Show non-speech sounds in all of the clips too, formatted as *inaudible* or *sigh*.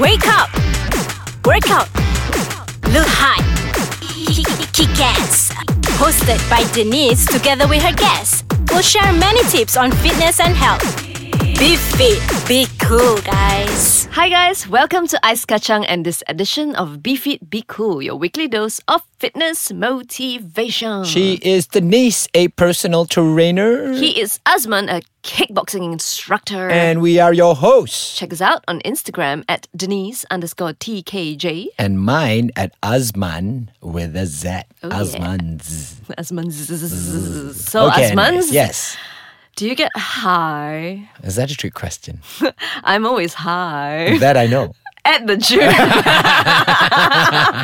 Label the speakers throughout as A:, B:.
A: Wake up! Workout! Look high! Kick ass! Hosted by Denise together with her guests. We'll share many tips on fitness and health. Be fit, be cool, guys.
B: Hi guys, welcome to Ice Kachang and this edition of Be Fit Be Cool, your weekly dose of fitness motivation.
C: She is Denise, a personal trainer.
B: He is Asman, a kickboxing instructor.
C: and we are your hosts.
B: Check us out on Instagram at Denise underscore TKJ.
C: And mine at Asman with a Z. Asman's.
B: Asman. zzz. So
C: anyways,
B: Asman,
C: Yes.
B: do you get high?
C: Is that a trick question?
B: I'm always high
C: that I know.
B: at the gym. *laughs* no, I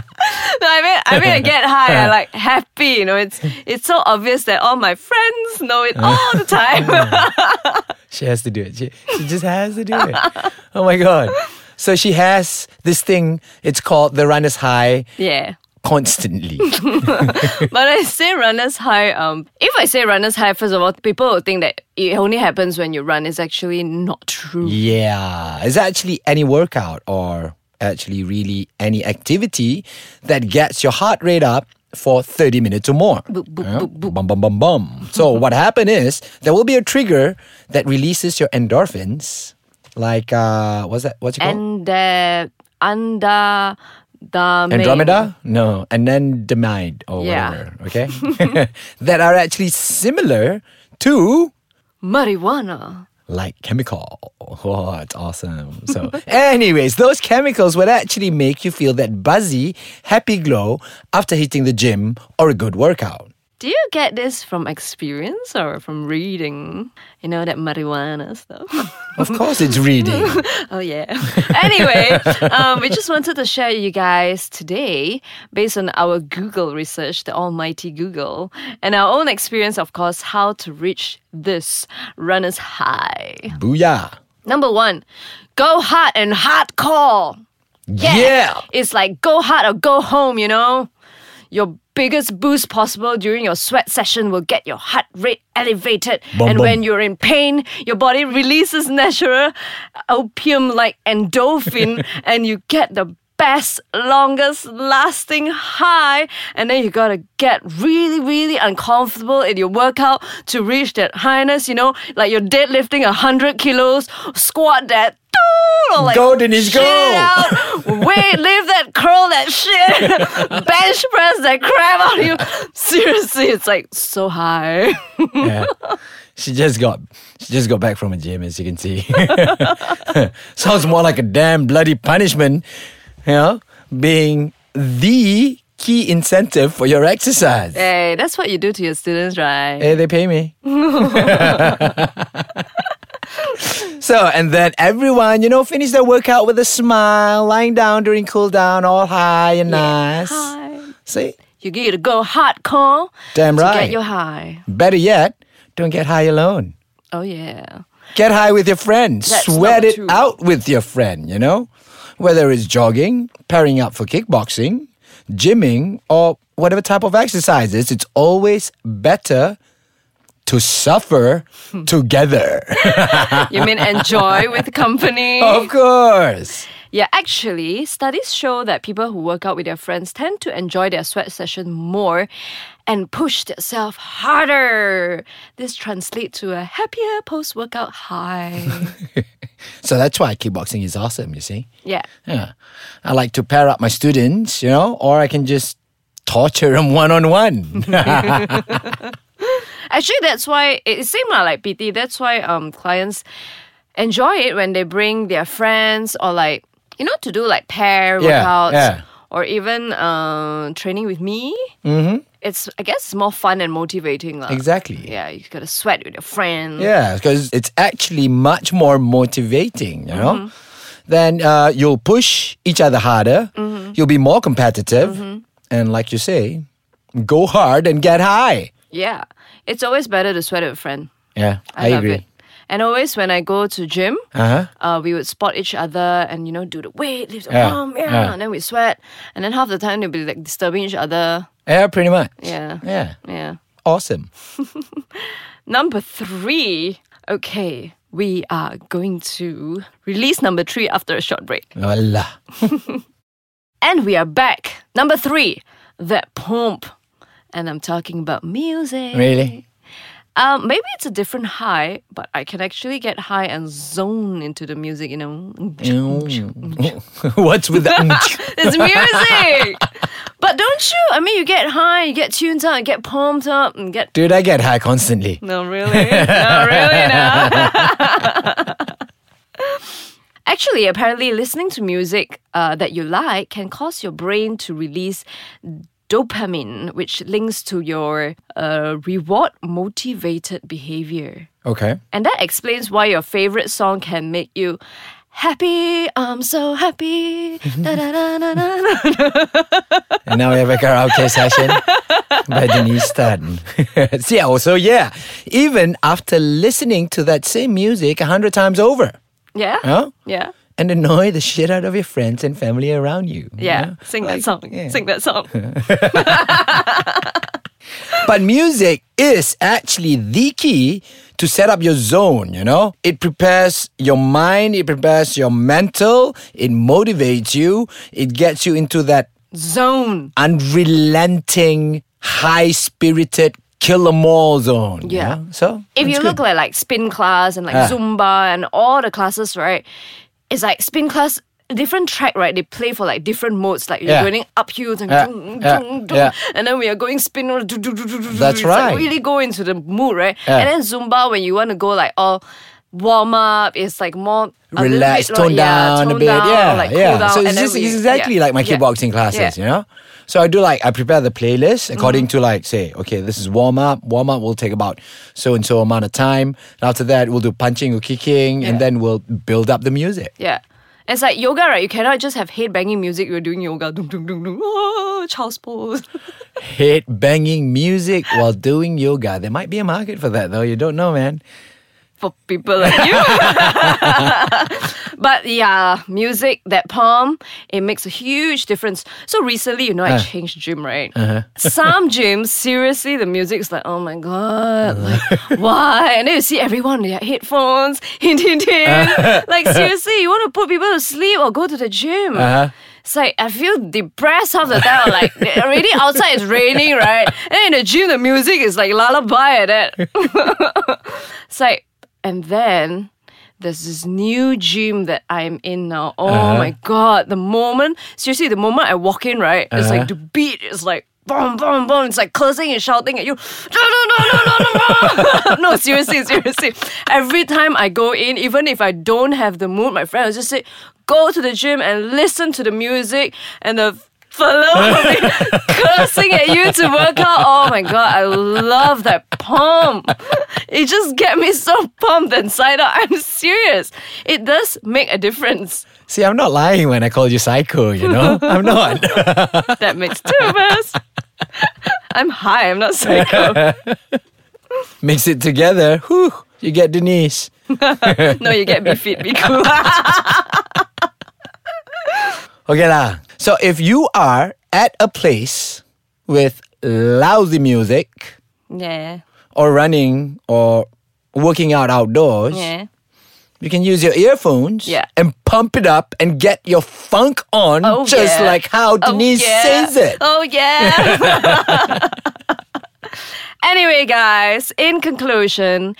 B: mean, I mean, I get high. I like happy. You know, it's it's so obvious that all my friends know it all the time. *laughs*
C: She has to do it. She, she just has to do it. Oh my God. So she has this thing. It's called the runner's high
B: yeah.
C: constantly.
B: But I say runner's high. Um, if I say runner's high, first of all, people will think that it only happens when you run. It's actually not true.
C: yeah. It's actually any workout or actually really any activity that gets your heart rate up for 30 minutes or more. Yeah. Bum, bum, bum, bum. So what happened is there will be a trigger that releases your endorphins. Like uh what's that what's it called?
B: And uh, under the main-
C: Andromeda? No, anandamide or
B: Yeah.
C: whatever. Okay, *laughs* that are actually similar to
B: marijuana.
C: like chemical. *laughs* Oh, it's awesome. So, *laughs* anyways, those chemicals would actually make you feel that buzzy, happy glow after hitting the gym or a good workout.
B: Do you get this from experience or from reading? You know that marijuana stuff. *laughs*
C: Of course, it's reading.
B: Oh yeah. anyway, um, we just wanted to share you guys today, based on our Google research, the almighty Google, and our own experience, of course, how to reach this runner's high.
C: Booyah!
B: Number one, go hard and hardcore.
C: Yeah.
B: *laughs* It's like go hard or go home, you know? Your biggest boost possible during your sweat session will get your heart rate elevated.
C: Boom,
B: and
C: boom.
B: when you're in pain, your body releases natural opium like endorphin and you get the best, longest lasting high. And then you gotta get really, really uncomfortable in your workout to reach that highness, you know? Like you're deadlifting 100 kilos, squat that. *laughs* Or like
C: Go, Denise,
B: shit
C: go.
B: out Wait, leave that curl, that shit, *laughs* bench press that crap out of you. Seriously, it's like so high. *laughs*
C: yeah. She just got she just got back from a gym, as you can see. *laughs* Sounds more like a damn bloody punishment, you know, being the key incentive for your exercise.
B: hey, that's what you do to your students, right?
C: Hey, Eh, they pay
B: *laughs*
C: me. so, and then everyone, you know, finish their workout with a smile, lying down during cool down, all high and nice.
B: High.
C: See?
B: You get to go hardcore
C: Damn
B: to
C: right.
B: get your high.
C: Better yet, don't get high alone.
B: Oh yeah.
C: Get high with your friend.
B: That's
C: Sweat
B: number
C: it
B: two.
C: out with your friend, you know? Whether it's jogging, pairing up for kickboxing, gymming, or whatever type of exercises, it's always better
B: *laughs*
C: to suffer together.
B: You mean enjoy with company?
C: *laughs* of course.
B: Yeah, actually, studies show that people who work out with their friends tend to enjoy their sweat session more and push themselves harder. This translates to a happier post workout
C: *laughs*
B: high.
C: So that's why kickboxing is awesome, you see?
B: yeah.
C: Yeah. I like to pair up my students, you know, or I can just torture them one on one.
B: *laughs* Actually, that's why it seems like PT. That's why um clients enjoy it when they bring their friends or like you know to do like pair
C: Yeah,
B: workouts
C: yeah.
B: or even uh, training with me. Mm-hmm. It's I guess it's more fun and motivating lah.
C: Exactly.
B: Yeah, you gotta sweat with your friends.
C: Yeah, because it's actually much more motivating, you know?
B: Mm-hmm.
C: Then uh, you'll push each other harder,
B: Mm-hmm.
C: you'll be more competitive, and like you say, go hard and get high.
B: Yeah. It's always better to sweat with a friend.
C: Yeah, I,
B: I, love
C: agree.
B: it. And always when I go to gym,
C: Uh-huh.
B: uh, we would spot each other and you know do the weight, lift the
C: Yeah,
B: arm, yeah,
C: yeah.
B: and then we sweat. And then half the time they'll be like disturbing each other.
C: Yeah, pretty much.
B: Yeah.
C: Yeah,
B: Yeah.
C: awesome.
B: Number three. Okay. we are going to release number three after a short break.
C: Voila.
B: And we are back. Number three, that pump. And I'm talking about music.
C: Really?
B: Um, maybe it's a different high, but I can actually get high and zone into the music, you know.
C: *laughs* What's with that?
B: *laughs* It's music! but don't you? I mean, you get high, you get tuned up, you get pumped up, and
C: *laughs*
B: get.
C: *laughs* Dude, I get high constantly.
B: No, really? no, really, no. *laughs* Actually, apparently, listening to music uh, that you like can cause your brain to release dopamine, which links to your uh, reward motivated behavior.
C: Okay.
B: And that explains why your favorite song can make you happy. I'm so
C: *laughs*
B: happy. Da, da, da, da, da, da.
C: And now we have a *laughs* karaoke session by Denise Staden. *laughs* See, also, yeah, even after listening to that same music a hundred times over
B: Yeah?
C: Huh?
B: Yeah.
C: and annoy the shit out of your friends and family around you. you
B: Yeah.
C: know?
B: Sing
C: Like,
B: that song.
C: yeah.
B: Sing that
C: *laughs*
B: song.
C: But music is actually the key to set up your zone, you know? It prepares your mind, it prepares your mental, it motivates you, it gets you into that
B: Zone.
C: unrelenting, high spirited killer mall zone. you
B: Yeah.
C: know? So
B: If you
C: it's
B: look at like spin class and like
C: Ah.
B: Zumba and all the classes, right? It's like spin class. Different track, right? They play for like different modes. Like you're
C: Yeah.
B: going up hills and
C: Yeah.
B: dung,
C: Yeah.
B: dung, dung,
C: Yeah.
B: and then we are going spin. do, do, do, do, do, do.
C: That's
B: It's like
C: right. Ah.
B: really go into the mood, right?
C: Yeah.
B: And then Zumba, when you want to go like all warm up, it's like more a little
C: relax,
B: bit, like,
C: tone
B: yeah,
C: down
B: tone
C: a bit.
B: down,
C: yeah,
B: like cool
C: yeah.
B: down,
C: so
B: and
C: it's
B: then
C: just
B: we-
C: it's exactly
B: yeah,
C: like my
B: yeah. Mm-hmm.
C: kickboxing classes, you know. So I do like I prepare the playlist according to like say, okay, this is warm up. Warm up will take about so and so amount of time. And after that, we'll do punching or kicking,
B: Yeah.
C: and then we'll build up the music.
B: Yeah. It's like yoga, right? You cannot just have head banging music. You're doing yoga. Dum, dum, dum, dum. Oh, child's *laughs* pose.
C: Head banging music while doing yoga. There might be a market for that though. You don't know, man.
B: For people like you. *laughs* but yeah, music, that palm, it makes a huge difference. So recently, you know, I changed gym, right? Some gyms, seriously, the music's like, oh my God, like, why? And then you see everyone, they have headphones, *laughs* hint, hint, hint. like, seriously, you want to put people to sleep or go to the gym?
C: Uh-huh.
B: It's like I feel depressed half the time. Like *laughs* already outside it's raining, right? And in the gym the music is like lullaby at that. it's like and then there's this new gym that I'm in now. Oh my god! The moment seriously, the moment I walk in, right? It's like the beat is like boom, boom, boom. It's like cursing and shouting at you. No, no, no, no, no, no. *laughs* no, seriously, seriously. Every time I go in, even if I don't have the mood, my friend will just say, "Go to the gym and listen to the music and the." Fellow
C: *laughs*
B: cursing at you to work out. Oh my god, I love that pump. It just get me so pumped inside out. I'm serious. It does make a difference.
C: See, I'm not lying when I call you psycho,
B: *laughs*
C: you know? I'm not. *laughs*
B: That makes two of us. I'm high, I'm not psycho.
C: Mix it together. Whew, you get Denise.
B: No, you get me fit, be cool.
C: Okay lah. So if you are at a place with lousy music
B: yeah.
C: or running or working out outdoors,
B: Yeah.
C: you can use your earphones
B: Yeah.
C: and pump it up and get your funk on
B: Oh,
C: just
B: yeah.
C: like how
B: Oh,
C: Denise
B: yeah.
C: says it.
B: Oh, yeah. *laughs* anyway, guys, in conclusion,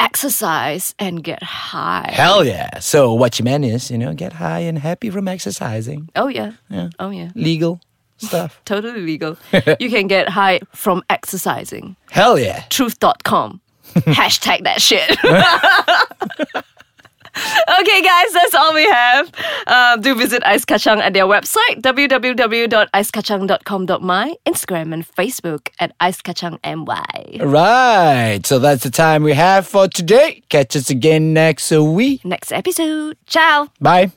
B: exercise and get high.
C: Hell yeah. So what you meant is, you know, get high and happy from exercising.
B: Oh, yeah.
C: Yeah.
B: Oh, yeah.
C: Legal stuff.
B: *laughs* Totally legal. you can get high from exercising.
C: Hell yeah.
B: truth.com. Hashtag that shit. *laughs* okay, guys, that's all we have. Um, do visit Ice Kacang at their website, www.icekacang.com.my, Instagram and Facebook at Ice Kacang MY.
C: Right. So that's the time we have for today. Catch us again next week.
B: Next episode. Ciao.
C: Bye.